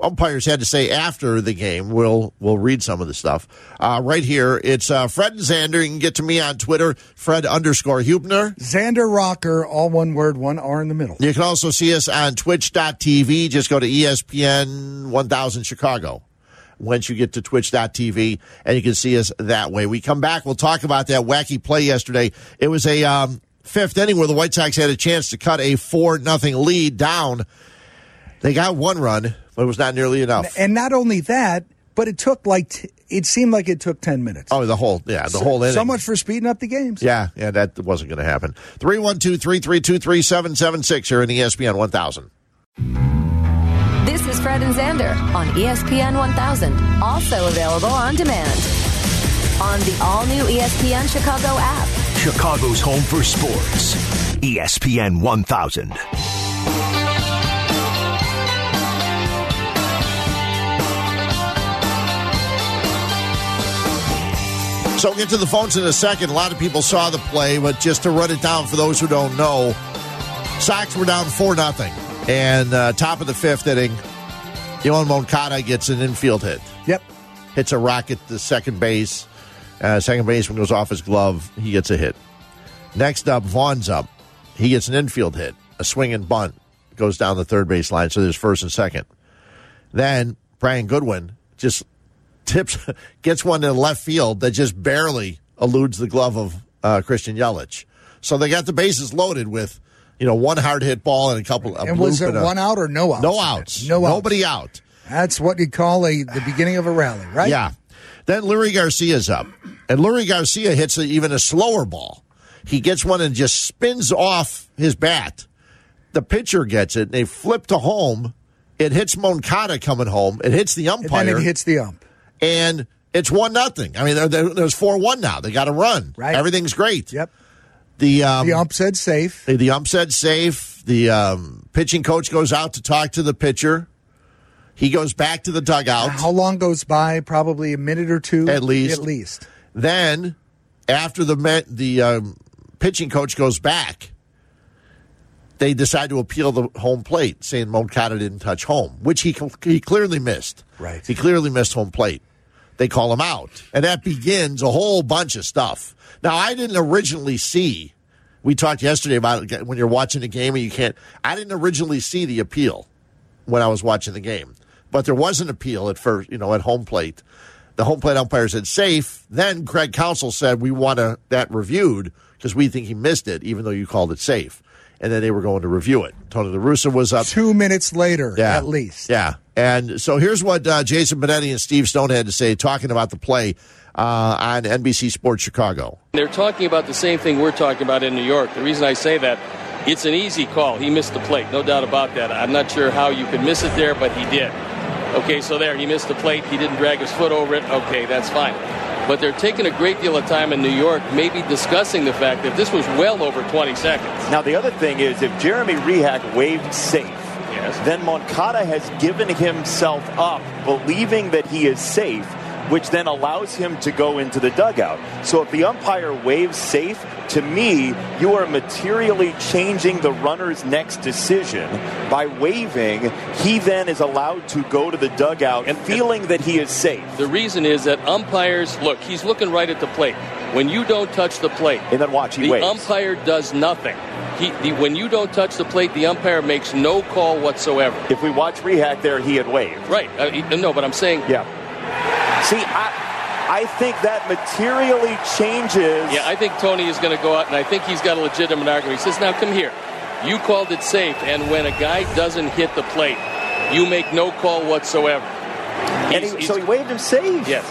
C: umpires had to say after the game. We'll we'll read some of the stuff. Uh, right here, it's uh, Fred and Xander. You can get to me on Twitter, Fred underscore Hubner.
D: Xander Rocker, all one word, one R in the middle.
C: You can also see us on twitch.tv. Just go to E ESPN 1000 Chicago once you get to twitch.tv and you can see us that way. We come back, we'll talk about that wacky play yesterday. It was a um, fifth inning where the White Sox had a chance to cut a 4 nothing lead down. They got one run, but it was not nearly enough.
D: And not only that, but it took like t- it seemed like it took ten minutes.
C: Oh, the whole, yeah, the whole inning.
D: So much for speeding up the games.
C: Yeah, yeah, that wasn't going to happen. 312 332 3776 here in E ESPN 1000.
B: This is Fred and Xander on E ESPN 1000, also available on demand on the E all new ESPN Chicago app.
A: Chicago's home for sports. E ESPN 1000.
C: So we'll get to the phones in a second. A lot of people saw the play, but just to run it down for those who don't know, Sox were down 4 nothing, And uh, top of the fifth inning, Yohan Moncada gets an infield hit.
D: Yep.
C: Hits a rocket to second base. Uh, second baseman goes off his glove. He gets a hit. Next up, Vaughn's up. He gets an infield hit. A swing and bunt goes down the third base line. So there's first and second. Then Brian Goodwin just tips, gets one to left field that just barely eludes the glove of uh, Christian Yelich. So they got the bases loaded with, you know, one hard hit ball and a couple. A
D: And was
C: bloop
D: there
C: a-
D: one out or no outs?
C: No outs.
D: No outs.
C: Nobody out.
D: That's what you call a the beginning of a rally, right?
C: Yeah. Then Lurie Garcia's up, and Lurie Garcia hits a, even a slower ball. He gets one and just spins off his bat. The pitcher gets it. And they flip to home. It hits Moncada coming home. It hits the
D: And
C: umpire,
D: then it hits the ump.
C: and it's one nothing. I mean, there- there- there's four one now. They got to run.
D: Right.
C: Everything's great.
D: Yep.
C: The um,
D: The ump said safe.
C: the ump said safe. The um, pitching coach goes out to talk to the pitcher. He goes back to the dugout.
D: How long goes by? Probably a minute or two.
C: At least.
D: At least.
C: Then, after the me- the um, pitching coach goes back, they decide to appeal the home plate, saying Moncada didn't touch home, which he cl- he clearly missed.
D: Right.
C: he clearly missed home plate. They call him out, and that begins a whole bunch of stuff. Now, I didn't originally see. We talked yesterday about it, when you're watching a game and you can't. I didn't originally see the appeal when I was watching the game. But there was an appeal at first, you know, at home plate. The home plate umpire said safe. Then Craig Council said we want to, that reviewed because we think he missed it, even though you called it safe. And then they were going to review it. Tony La Russa was up.
D: Two minutes later,
C: Yeah.
D: at least.
C: Yeah. And so here's what uh, Jason Benetti and Steve Stone had to say talking about the play uh, on NBC Sports Chicago.
F: They're talking about the same thing we're talking about in New York. The reason I say that, it's an easy call. He missed the plate, no doubt about that. I'm not sure how you could miss it there, but he did. Okay, so there, he missed the plate. He didn't drag his foot over it. Okay, that's fine. But they're taking a great deal of time in New York, maybe discussing the fact that this was well over 20 seconds.
G: Now, the other thing is if Jeremy Rehack waved safe,
F: Yes.
G: then Moncada has given himself up believing that he is safe which then allows him to go into the dugout. So if the umpire waves safe, to me, you are materially changing the runner's next decision by waving. He then is allowed to go to the dugout and feeling that he is safe.
F: The reason is that umpires look, he's looking right at the plate. When you don't touch the plate,
G: And then watch, he
F: the
G: waves.
F: umpire does nothing. He, the, when you don't touch the plate, the umpire makes no call whatsoever.
G: if we watch Rehack there, he had waved.
F: Right. Uh, he- no, but I'm saying
G: Yeah. See, I, I think that materially changes.
F: Yeah, I think Tony is going to go out, and I think he's got a legitimate argument. He says, "Now come here. You called it safe, and when a guy doesn't hit the plate, you make no call whatsoever."
G: And
F: He's-
G: he,
F: he's-
G: so he waved him safe.
F: Yes.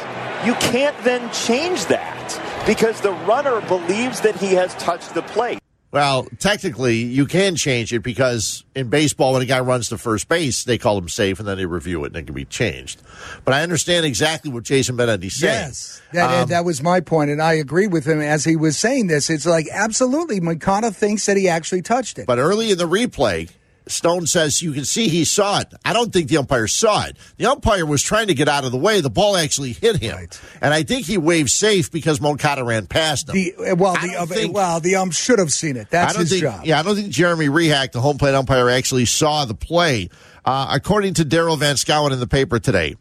G: You can't then change that because the runner believes that he has touched the plate.
C: Well, technically, you can change it because in baseball, when a guy runs to first base, they call him safe and then they review it and it can be changed. But I understand exactly what Jason Benedetti said.
D: Yes,
C: Um,
D: that, that was my point, and I agree with him as he was saying this. It's like absolutely, Mikata thinks that he actually touched it.
C: But early in the replay, Stone says you can see he saw it. I don't think the umpire saw it. The umpire was trying to get out of the way. The ball actually hit him,
D: Right.
C: and I think he waved safe because Moncada ran past him.
D: the well,
C: I
D: the
C: don't
D: um,
C: think-
D: well, the um should have seen
C: I
D: it. That's
C: don't
D: his
C: think,
D: job.
C: yeah, I don't think Jeremy Rehack, the home plate umpire, actually saw the play. Uh, according to Daryl Van Scowen in the paper today,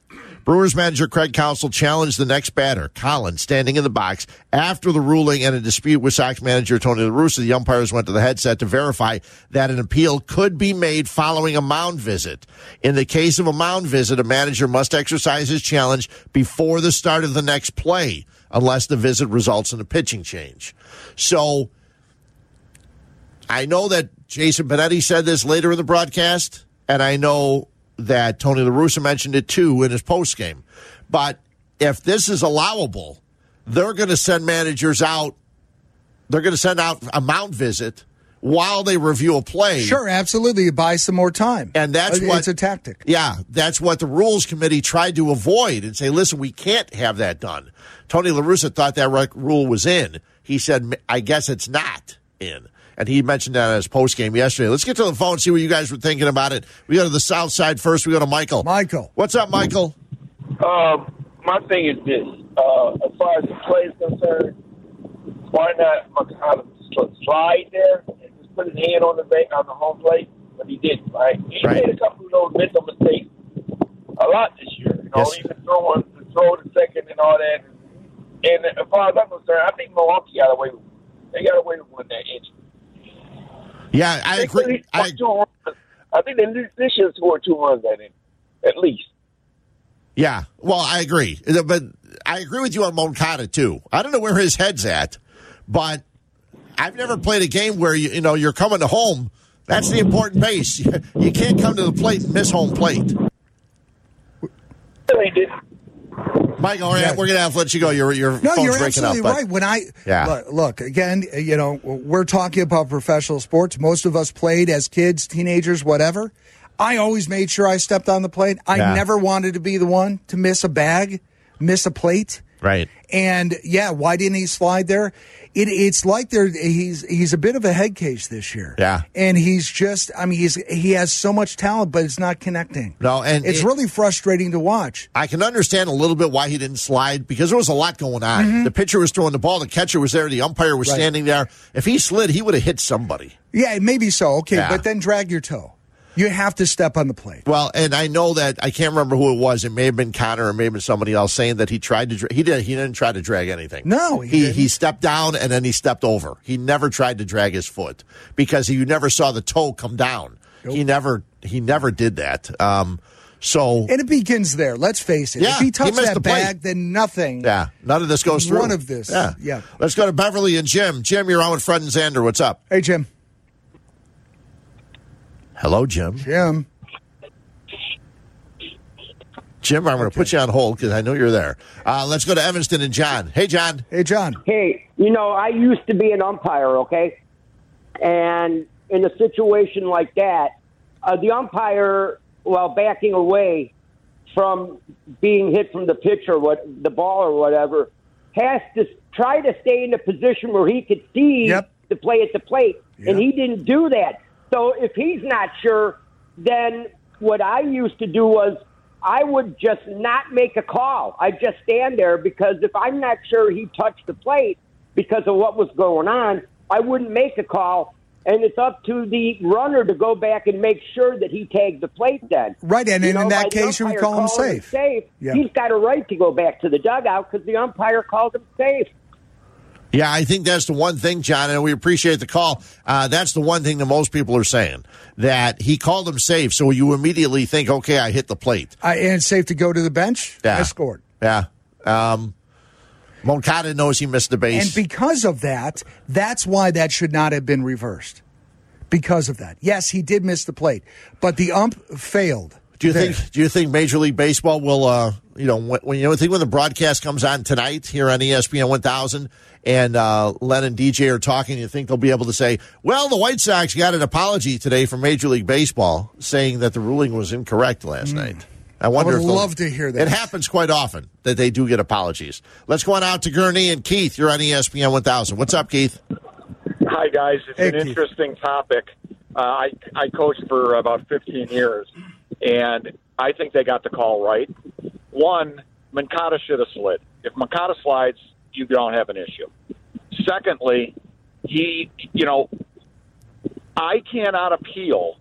C: Brewers manager Craig Counsell challenged the next batter, Collins, standing in the box after the ruling and a dispute with Sox manager Tony La Russa. The umpires went to the headset to verify that an appeal could be made following a mound visit. In the case of a mound visit, a manager must exercise his challenge before the start of the next play, unless the visit results in a pitching change. So. I know that Jason Benetti said this later in the broadcast, and I know that Tony La Russa mentioned it too in his postgame. But if this is allowable, they're going to send managers out. They're going to send out a mound visit while they review a play.
D: Sure, absolutely, it buys some more time,
C: And that's
D: It-
C: what
D: it's a tactic.
C: Yeah, that's what the rules committee tried to avoid and say, listen, we can't have that done. Tony La Russa thought that rec- rule was in. He said, "M- I guess it's not in. And he mentioned that in his post game yesterday. Let's get to the phone, see what you guys were thinking about it. We go to the south side first. We go to Michael.
D: Michael.
C: What's up, Michael?
H: Uh, my thing is this: uh, as far as the play is concerned, why not Makata sl- slide there and just put his hand on the ba- on the home plate? But he didn't. Right? He
C: Right.
H: made a couple of those mental mistakes a lot this year. You know,
C: Yes.
H: even throwing the throw to second and all that. And as far as I'm concerned, I think Milwaukee got away. With, they got away with winning that inch.
C: Yeah, I agree. I,
H: I think they at least should score two runs that inning, at least.
C: yeah, well, I agree. Uh, But I agree with you on Moncada, too. I don't know where his head's at, but I've never played a game where you, you know you're coming to home. That's the important base. You can't come to the plate and miss home plate.
H: They didn't.
C: Michael, all right,
D: Yeah.
C: we're gonna have to let you go. Your your
D: No,
C: phone's
D: you're
C: breaking
D: absolutely
C: up. but-
D: right. When I
C: Yeah.
D: look, look, again, eh, you know, we're talking about professional sports. Most of us played as kids, teenagers, whatever. I always made sure I stepped on the plate. I
C: Yeah.
D: never wanted to be the one to miss a bag, miss a plate.
C: Right.
D: And yeah, why didn't he slide there? It, it's like there he's he's a bit of a head case this year.
C: Yeah.
D: and he's just I mean he's he has so much talent, but it's not connecting.
C: No, and
D: it's
C: it-
D: really frustrating to watch.
C: I can understand a little bit why he didn't slide because there was a lot going on. The pitcher was throwing the ball, the catcher was there, the umpire was
D: Mm-hmm. Right.
C: standing there. If he slid, he would have hit somebody.
D: Yeah, maybe so. Okay,
C: Yeah.
D: but then drag your toe. You have to step on the plate.
C: Well, and I know that I can't remember who it was. It may have been Connor, or may have been somebody else saying that he tried to. Dra- he did. He didn't try to drag anything.
D: No, he
C: he he,
D: didn't.
C: stepped down and then he stepped over. He never tried to drag his foot because he, you never saw the toe come down. He never he never did that. Um, so
D: And it begins there. Let's face it.
C: Yeah,
D: if he
C: he
D: touched
C: missed
D: that
C: the plate.
D: bag, then nothing.
C: yeah, none of this goes through.
D: None of this.
C: Yeah,
D: Yeah.
C: Let's go to Beverly and Jim. Jim, you're on with Fred and Xander. What's up?
D: Hey, Jim.
C: Hello, Jim.
D: Jim.
C: Jim, I'm going to put you on hold because I know you're there. Uh, let's go to Evanston and John. Hey, John.
D: Hey, John.
I: Hey, you know, I used to be an umpire, okay? And in a situation like that, uh, the umpire, while backing away from being hit from the pitcher, what the ball or whatever, has to try to stay in a position where he could see
D: Yep.
I: the play at the plate,
D: Yep.
I: and he didn't do that. So if he's not sure, then what I used to do was I would just not make a call. I just stand there because if I'm not sure he touched the plate because of what was going on, I wouldn't make a call. And it's up to the runner to go back and make sure that he tagged the plate then.
D: Right, and
I: You
D: in- in
I: know,
D: that
I: by the
D: case, you would
I: umpire
D: call him
I: calling
D: safe.
I: Safe.
D: Yeah.
I: He's got a right to go back to the dugout because the umpire called him safe.
C: Yeah, I think that's the one thing, John, and we appreciate the call. Uh, that's the one thing that most people are saying that he called him safe, so you immediately think, okay, I hit the plate.
D: I, and it's safe to go to the bench.
C: Yeah.
D: I scored.
C: Yeah. Um, Moncada knows he missed the
D: And
C: base.
D: because of that, that's why that should not have been reversed. Because of that. Yes, he did miss the plate, but the ump failed.
C: do you
D: there.
C: think? Do you think Major League Baseball will? Uh, you know, when, when you know, I think when the broadcast comes on tonight here on E ESPN 1000, and uh, Len and DJ are talking, you think they'll be able to say, "Well, the White Sox got an apology today from Major League Baseball, saying that the ruling was incorrect last night." I wonder.
D: Hmm. I would
C: if they'll-
D: love to hear that.
C: It happens quite often that they do get apologies. Let's go on out to Gurney and Keith. You're on E ESPN 1000. What's up, Keith?
J: Hi guys, it's
D: Hey,
J: an
D: Keith.
J: interesting topic. Uh, I I coached for about 15 years, and I think they got the call right. One, Mankata should have slid. If Mankata slides, you don't have an issue. Secondly, he, you know, I cannot appeal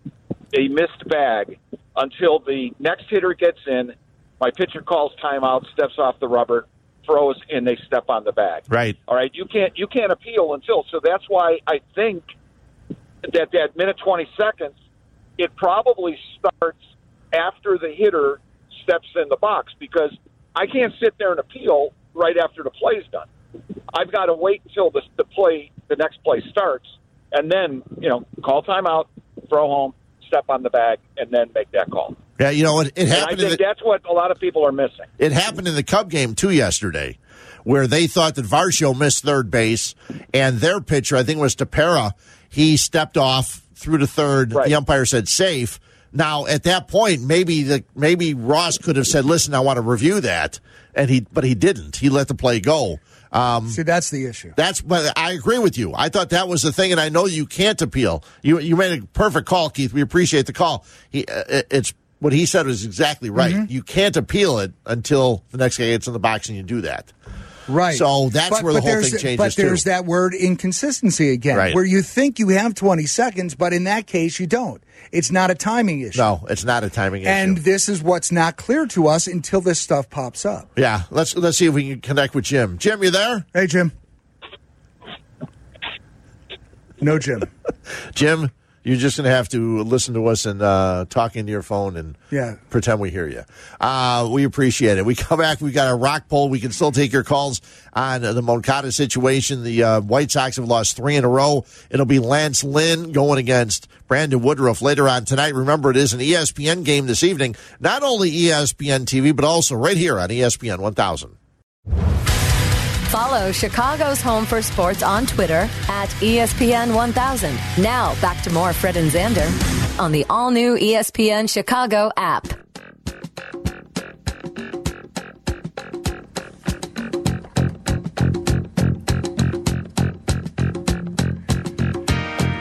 J: a missed bag until the next hitter gets in. My pitcher calls timeout, steps off the rubber, throws, and they step on the bag.
C: Right.
J: All right, you can't you can't appeal until so that's why I think that that minute twenty seconds it probably starts after the hitter steps in the box because I can't sit there and appeal right after the play's done. I've got to wait until the, the play the next play starts and then you know call timeout, throw home, step on the bag, and then make that call.
C: Yeah, you know, it, it
J: And I
C: happened. in
J: think
C: the-
J: that's what a lot of people are missing.
C: It happened in the Cub game too yesterday, where they thought that Varsho missed third base, and their pitcher, I think it was Tapera, he stepped off through to third.
J: Right.
C: The umpire said safe. Now at that point, maybe the maybe Ross could have said, "Listen, I want to review that," and he but he didn't. He let the play go. Um,
D: See, that's the issue.
C: that's but I agree with you. I thought that was the thing, and I know you can't appeal. You you made a perfect call, Keith. We appreciate the call. He uh, it- it's what he said was exactly right. You can't appeal it until the next guy gets in the box, and you do that.
D: Right.
C: So that's where the whole
D: there's-
C: thing changes,
D: But there's
C: too.
D: that word inconsistency again,
C: Right.
D: where you think you have 20 seconds, but in that case, you don't. It's not a timing issue.
C: No, it's not a timing
D: And
C: issue.
D: this is what's not clear to us until this stuff pops up.
C: Yeah, let's let's see if we can connect with Jim. Jim, you there?
D: Hey, Jim. No, Jim.
C: Jim, you're just going to have to listen to us and uh, talk into your phone and
D: Yeah.
C: pretend we hear you. Uh, we appreciate it. We come back. We got our rock poll. We can still take your calls on the Moncada situation. The uh, White Sox have lost three in a row. It'll be Lance Lynn going against Brandon Woodruff later on tonight. Remember, it is an E ESPN game this evening. Not only E ESPN TV, but also right here on E ESPN 1000.
B: Follow Chicago's Home for Sports on Twitter at E ESPN 1000. Now back to more Fred and Xander on the E all new ESPN Chicago app.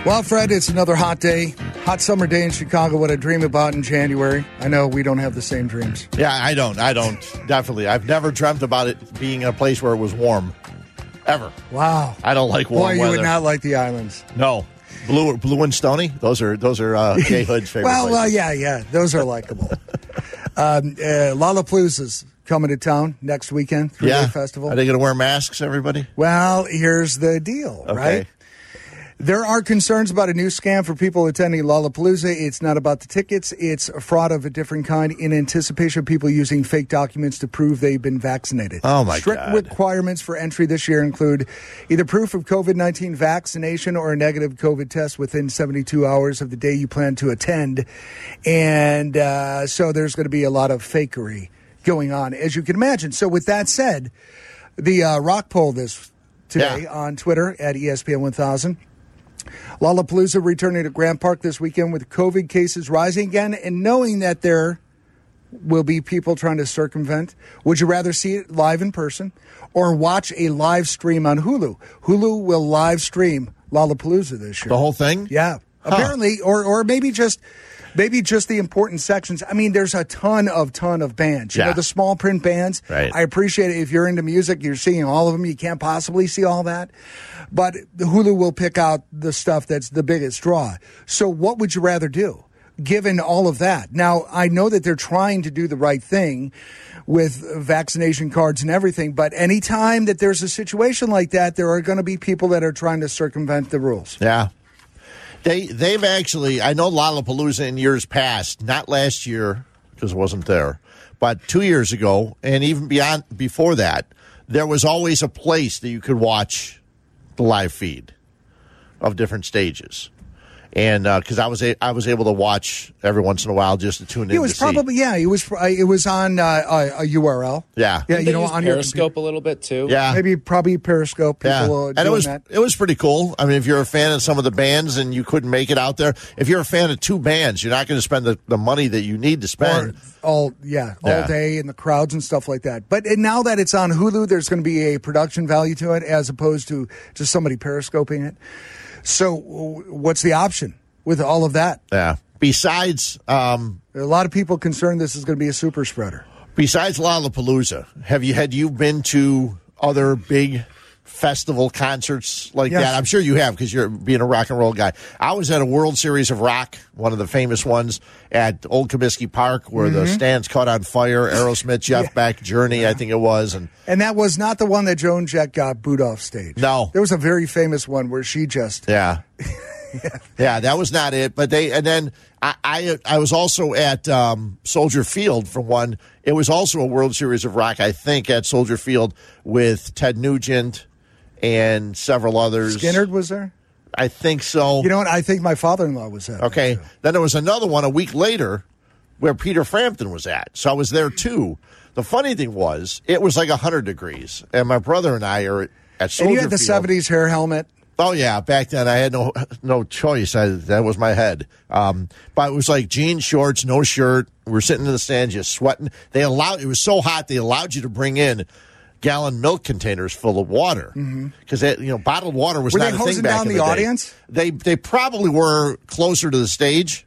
D: Well, Fred, it's another hot day. Hot summer day in Chicago, what I dream about in January. I know we don't have the same dreams.
C: Yeah, I don't. I don't. Definitely. I've never dreamt about it being a place where it was warm, ever.
D: Wow.
C: I don't like warm
D: Boy, you
C: weather.
D: would not like the islands.
C: No, blue, blue and stony. Those are those are uh, Jay Hood's favorite.
D: Well, well,
C: places.
D: yeah, yeah. Those are likable. um, uh, Lollapalooza's coming to town next weekend, three day festival.
C: Are they going to wear masks, everybody?
D: Well, here's the deal, right? There are concerns about a new scam for people attending Lollapalooza. It's not about the tickets, it's a fraud of a different kind in anticipation of people using fake documents to prove they've been vaccinated.
C: Oh, my
D: Strict
C: God.
D: requirements for entry this year include either proof of COVID 19 vaccination or a negative COVID test within 72 hours of the day you plan to attend. And uh, so there's going to be a lot of fakery going on, as you can imagine. So, with that said, the uh, rock poll this today
C: Yeah.
D: on Twitter at E ESPN 1000. Lollapalooza returning to Grand Park this weekend with COVID cases rising again and knowing that there will be people trying to circumvent. Would you rather see it live in person or watch a live stream on Hulu? Hulu will live stream Lollapalooza this year.
C: The whole thing.
D: yeah. Apparently, or, or maybe just Maybe just the important sections. I mean, there's a ton of ton of bands. You
C: Yeah.
D: know, the small print bands.
C: Right.
D: I appreciate it. If you're into music, you're seeing all of them. You can't possibly see all that. But the Hulu will pick out the stuff that's the biggest draw. So what would you rather do? Given all of that. Now, I know that they're trying to do the right thing with vaccination cards and everything, but anytime that there's a situation like that, there are going to be people that are trying to circumvent the rules.
C: Yeah. They they've actually I know Lollapalooza in years past, not last year because it wasn't there, but 2 years ago and even beyond before that, there was always a place that you could watch the live feed of different stages. And because I was a, I was able to watch every once in a while just to tune in.
D: It was
C: to see.
D: probably yeah. It was uh, it was on uh, a, a URL.
C: yeah
D: Yeah, you
E: They
D: know,
E: use
D: on your
E: Periscope a little bit too.
C: yeah
D: maybe probably Periscope. People
C: Yeah,
D: will
C: and
D: doing
C: it was
D: that.
C: it was pretty cool. I mean, if you're a fan of some of the bands and you couldn't make it out there, if you're a fan of two bands, you're not going to spend the, the money that you need to
D: Or
C: spend.
D: all yeah, all
C: Yeah.
D: day and the crowds and stuff like that. But and now that it's on Hulu, there's going to be a production value to it as opposed to just somebody periscoping it. So w- what's the option with all of that?
C: yeah. Besides, um,
D: There are a lot of people concerned this is going to be a super spreader.
C: besides Lollapalooza, have you had you been to other big festival concerts like
D: Yes.
C: that? I'm sure you have because you're being a rock and roll guy. I was at a World Series of Rock, one of the famous ones at Old Comiskey Park, where
D: Mm-hmm.
C: the stands caught on fire. Aerosmith, Jeff Beck, Journey, I think it was, and
D: And that was not the one that Joan Jett got booed off stage.
C: No.
D: There was a very famous one where she just
C: Yeah. yeah, that was not it. But they and then I I, I was also at um, Soldier Field for one. It was also a World Series of Rock, I think, at Soldier Field with Ted Nugent and several others.
D: Skinnerd was there?
C: I think so.
D: You know what? I think my father in law was there.
C: okay. Then there was another one a week later where Peter Frampton was at. So I was there too. The funny thing was, it was like hundred degrees, and my brother and I are at Soldier
D: And you had the
C: Field.
D: seventies hair helmet.
C: Oh yeah, back then I had no no choice. I, that was my head. Um, but it was like jean shorts, no shirt. We were sitting in the stands, just sweating. They allowed it was so hot they allowed you to bring in gallon milk containers full of water because mm you know bottled water was
D: Mm-hmm.
C: not
D: Were they
C: a thing
D: hosing
C: back
D: down
C: in
D: the
C: day.
D: audience?
C: They they probably were closer to the stage.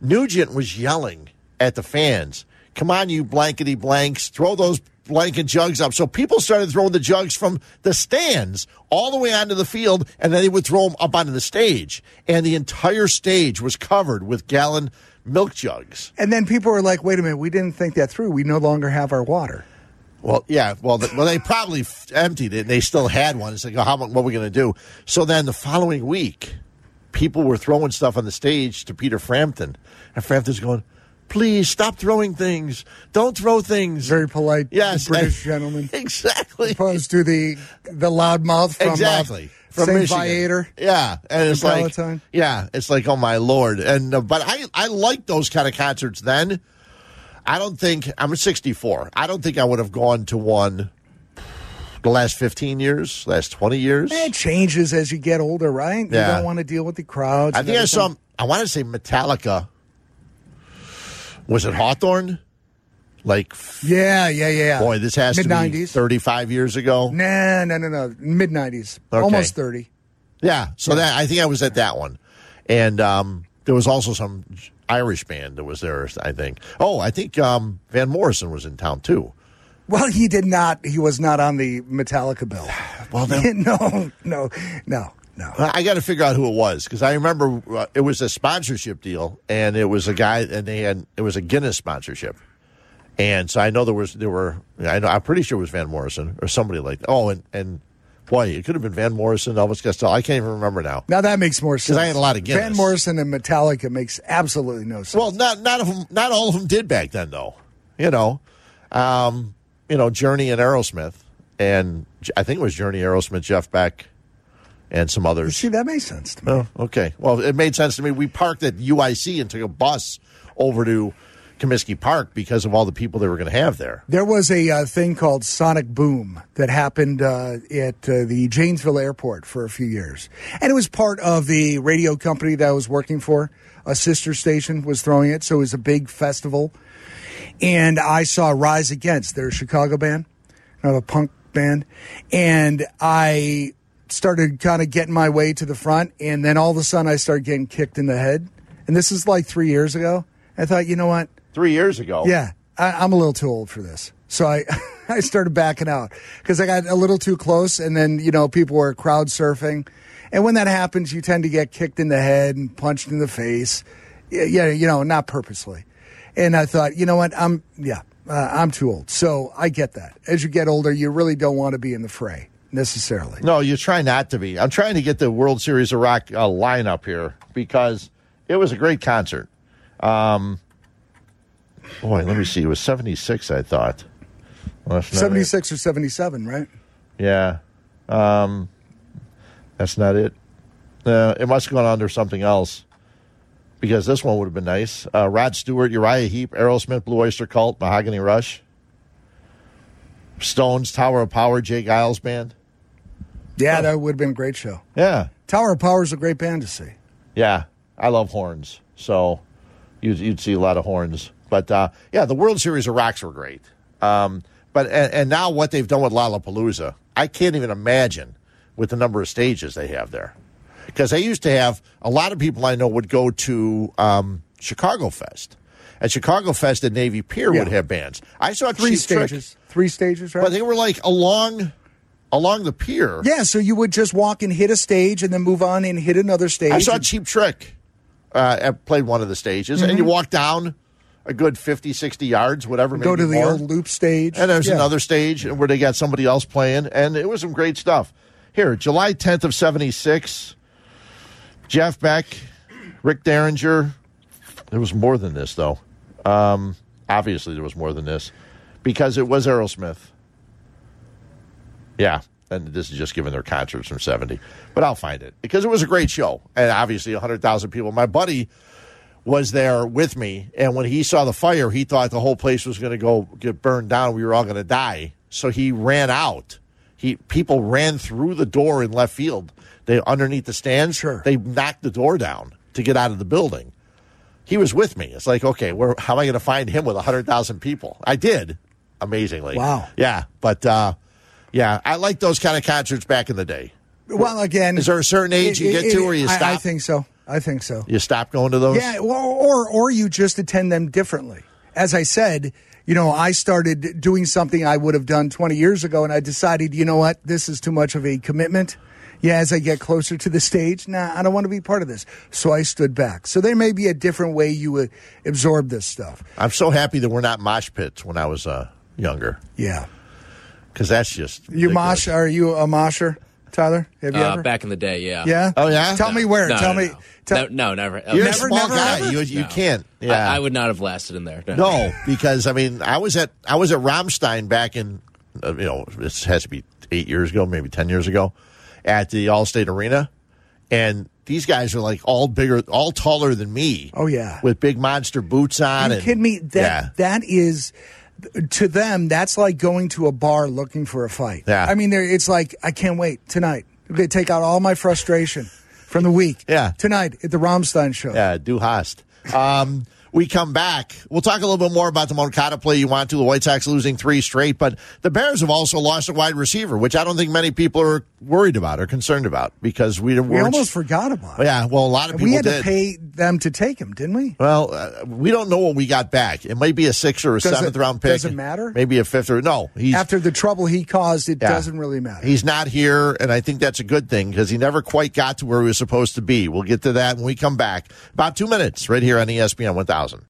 C: Nugent was yelling at the fans, "Come on, you blankety blanks! Throw those blanket jugs up!" So people started throwing the jugs from the stands all the way onto the field, and then they would throw them up onto the stage, and the entire stage was covered with gallon milk jugs.
D: And then people were like, wait a minute, we didn't think that through. We no longer have our water.
C: Well, yeah. Well, the, well, they probably f- emptied it. and They still had one. It's like, oh, how, mu- what are we going to do? So then the following week, people were throwing stuff on the stage to Peter Frampton, and Frampton's going, "Please stop throwing things. Don't throw things."
D: Very polite
C: yes,
D: British
C: and-
D: gentleman.
C: Exactly.
D: Opposed to the the loudmouth from, uh,
C: Exactly.
D: St.
C: Michigan.
D: Viator.
C: Yeah, and it's like
D: Palatine.
C: yeah, it's like oh my lord. And uh, but I I like those kind of concerts then. I don't think I'm 64. I don't think I would have gone to one the last 15 years, last 20 years.
D: It changes as you get older, right? You
C: Yeah.
D: don't want to deal with the crowds.
C: I
D: and
C: think I
D: everything.
C: saw I want to say Metallica was it Hawthorne? Like
D: Yeah, yeah, yeah.
C: boy, this has
D: mid
C: to be
D: nineties.
C: 35 years ago.
D: Nah, no, no, no. Mid nineties.
C: Okay.
D: Almost thirty.
C: Yeah. So that I think I was at that one, and um, there was also some Irish band that was there. I think. Oh, I think um, Van Morrison was in town too.
D: Well, he did not. He was not on the Metallica bill.
C: Well, then-
D: no, no, no, no.
C: I got to figure out who it was because I remember uh, it was a sponsorship deal, and it was a guy, and they had it was a Guinness sponsorship, and so I know there was there were I know I'm pretty sure it was Van Morrison or somebody like that. oh and and boy it could have been Van Morrison Elvis Costello I can't even remember now.
D: Now that makes more sense.
C: I had a lot of Guinness.
D: Van Morrison and Metallica makes absolutely no sense.
C: Well, not not of 'em- not all of them did back then, though. You know, um, you know, Journey and Aerosmith, and J- I think it was Journey, Aerosmith, Jeff Beck, and some others.
D: See, that makes sense to me.
C: Oh, okay. Well, it made sense to me. We parked at UIC and took a bus over to Comiskey Park because of all the people they were going to have there.
D: There was a uh, thing called Sonic Boom that happened uh, at uh, the Janesville Airport for a few years, and it was part of the radio company that I was working for. A sister station was throwing it, so it was a big festival. And I saw Rise Against, their Chicago band, kind of a punk band, and I started kind of getting my way to the front, and then all of a sudden I started getting kicked in the head. and this is like three years ago. I thought, you know what?
C: Three years ago.
D: Yeah, I, I'm a little too old for this. So I, I started backing out because I got a little too close, and then you know people were crowd surfing, and when that happens, you tend to get kicked in the head and punched in the face. Y- Yeah, you know, not purposely. And I thought, you know what? I'm yeah, uh, I'm too old. So I get that. As you get older, you really don't want to be in the fray necessarily.
C: No, you try not to be. I'm trying to get the World Series of Rock uh, lineup here because it was a great concert. Um, boy, let me see. It was 76, I thought. Well, that's not it.
D: Seventy six or seventy seven, right?
C: Yeah. Um, that's not it. Uh, it must have gone under something else because this one would have been nice. Uh, Rod Stewart, Uriah Heep, Aerosmith, Blue Oyster Cult, Mahogany Rush, Stones, Tower of Power, Jake Isles Band.
D: Yeah, that would have been a great show.
C: Yeah.
D: Tower of Power is a great band to see.
C: Yeah, I love horns. So you'd, you'd see a lot of horns. But uh, yeah, the World Series of Rocks were great. Um, but and, and now what they've done with Lollapalooza, I can't even imagine with the number of stages they have there. Because they used to have a lot of people I know would go to um, Chicago Fest. At Chicago Fest at Navy Pier would
D: Yeah.
C: have bands. I saw
D: Three
C: Cheap Trick,
D: stages. Three stages, right?
C: but they were like along along the pier.
D: Yeah, so you would just walk and hit a stage and then move on and hit another stage.
C: I saw Cheap Trick uh, at- played one of the stages, and
D: Mm-hmm.
C: you walk down a good 50, 60 yards, whatever.
D: go
C: maybe
D: to the
C: more.
D: old loop stage.
C: And there's
D: Yeah.
C: another stage where they got somebody else playing, and it was some great stuff. Here, July 10th of 76, Jeff Beck, Rick Derringer. There was more than this, though. Um, obviously, there was more than this because it was Aerosmith. Yeah. And this is just giving their concerts from 70. But I'll find it because it was a great show. And obviously, 100,000 people. My buddy was there with me. And when he saw the fire, he thought the whole place was going to go get burned down. We were all going to die. So he ran out. He People ran through the door in left field. They underneath the stands.
D: Sure.
C: They knocked the door down to get out of the building. He was with me. It's like, okay, where, how am I going to find him with 100,000 people? I did, amazingly.
D: Wow.
C: Yeah. But, uh, yeah, I like those kind of concerts back in the day.
D: Well, again,
C: Is there a certain age you get to where you
D: I- I,
C: stop?
D: think so. I think so.
C: You stop going to those?
D: Yeah, well, or or you just attend them differently. As I said, you know, I started doing something I would have done 20 years ago, and I decided, you know what, this is too much of a commitment. Yeah, as I get closer to the stage, nah, I don't want to be part of this. So I stood back. So there may be a different way you would absorb this stuff.
C: I'm so happy that we're not mosh pits when I was uh, younger
D: Yeah.
C: because that's just.
D: You
C: ridiculous.
D: mosh? Are you a mosher, Tyler? Have you
E: Uh,
D: ever?
E: back in the day, yeah.
D: Yeah.
C: Oh, yeah?
D: Tell me where.
E: No,
D: tell
E: no,
D: me.
E: No,
D: Tell,
E: no, no, never.
C: You're
E: never,
C: a small
D: never,
C: guy.
D: never?
C: You, you
E: No.
C: can't.
E: I-
C: Yeah.
E: I, would not have lasted in there. No.
C: No, because I mean, I was at I was at Rammstein back in uh, you know this has to be eight years ago, maybe ten years ago, at the Allstate Arena, and these guys are like all bigger, all taller than me.
D: Oh, yeah.
C: with big monster boots on.
D: you
C: and,
D: kidding me? That
C: yeah.
D: that is to them. That's like going to a bar looking for a fight.
C: Yeah.
D: I mean, they're- it's like I can't wait tonight. I'm gonna take out all my frustration from the week.
C: Yeah.
D: Tonight at the Rammstein show.
C: Yeah, Du Hast. Um, we come back. We'll talk a little bit more about the Moncada play you want to. The White Sox losing three straight, but the Bears have also lost a wide receiver, which I don't think many people are worried about or concerned about because we
D: We almost forgot about it.
C: Yeah, well, a lot of
D: And
C: people
D: we had
C: did.
D: to pay them to take him, didn't we?
C: Well, uh, we don't know what we got back. It might be a sixth or a
D: Does it-
C: seventh round pick.
D: does it matter?
C: Maybe a fifth or no. He's
D: After the trouble he caused, it
C: yeah.
D: doesn't really matter.
C: He's not here, and I think that's a good thing because he never quite E got to where he was supposed to be. We'll get to that when we come back. About two minutes, right here on ESPN 1000.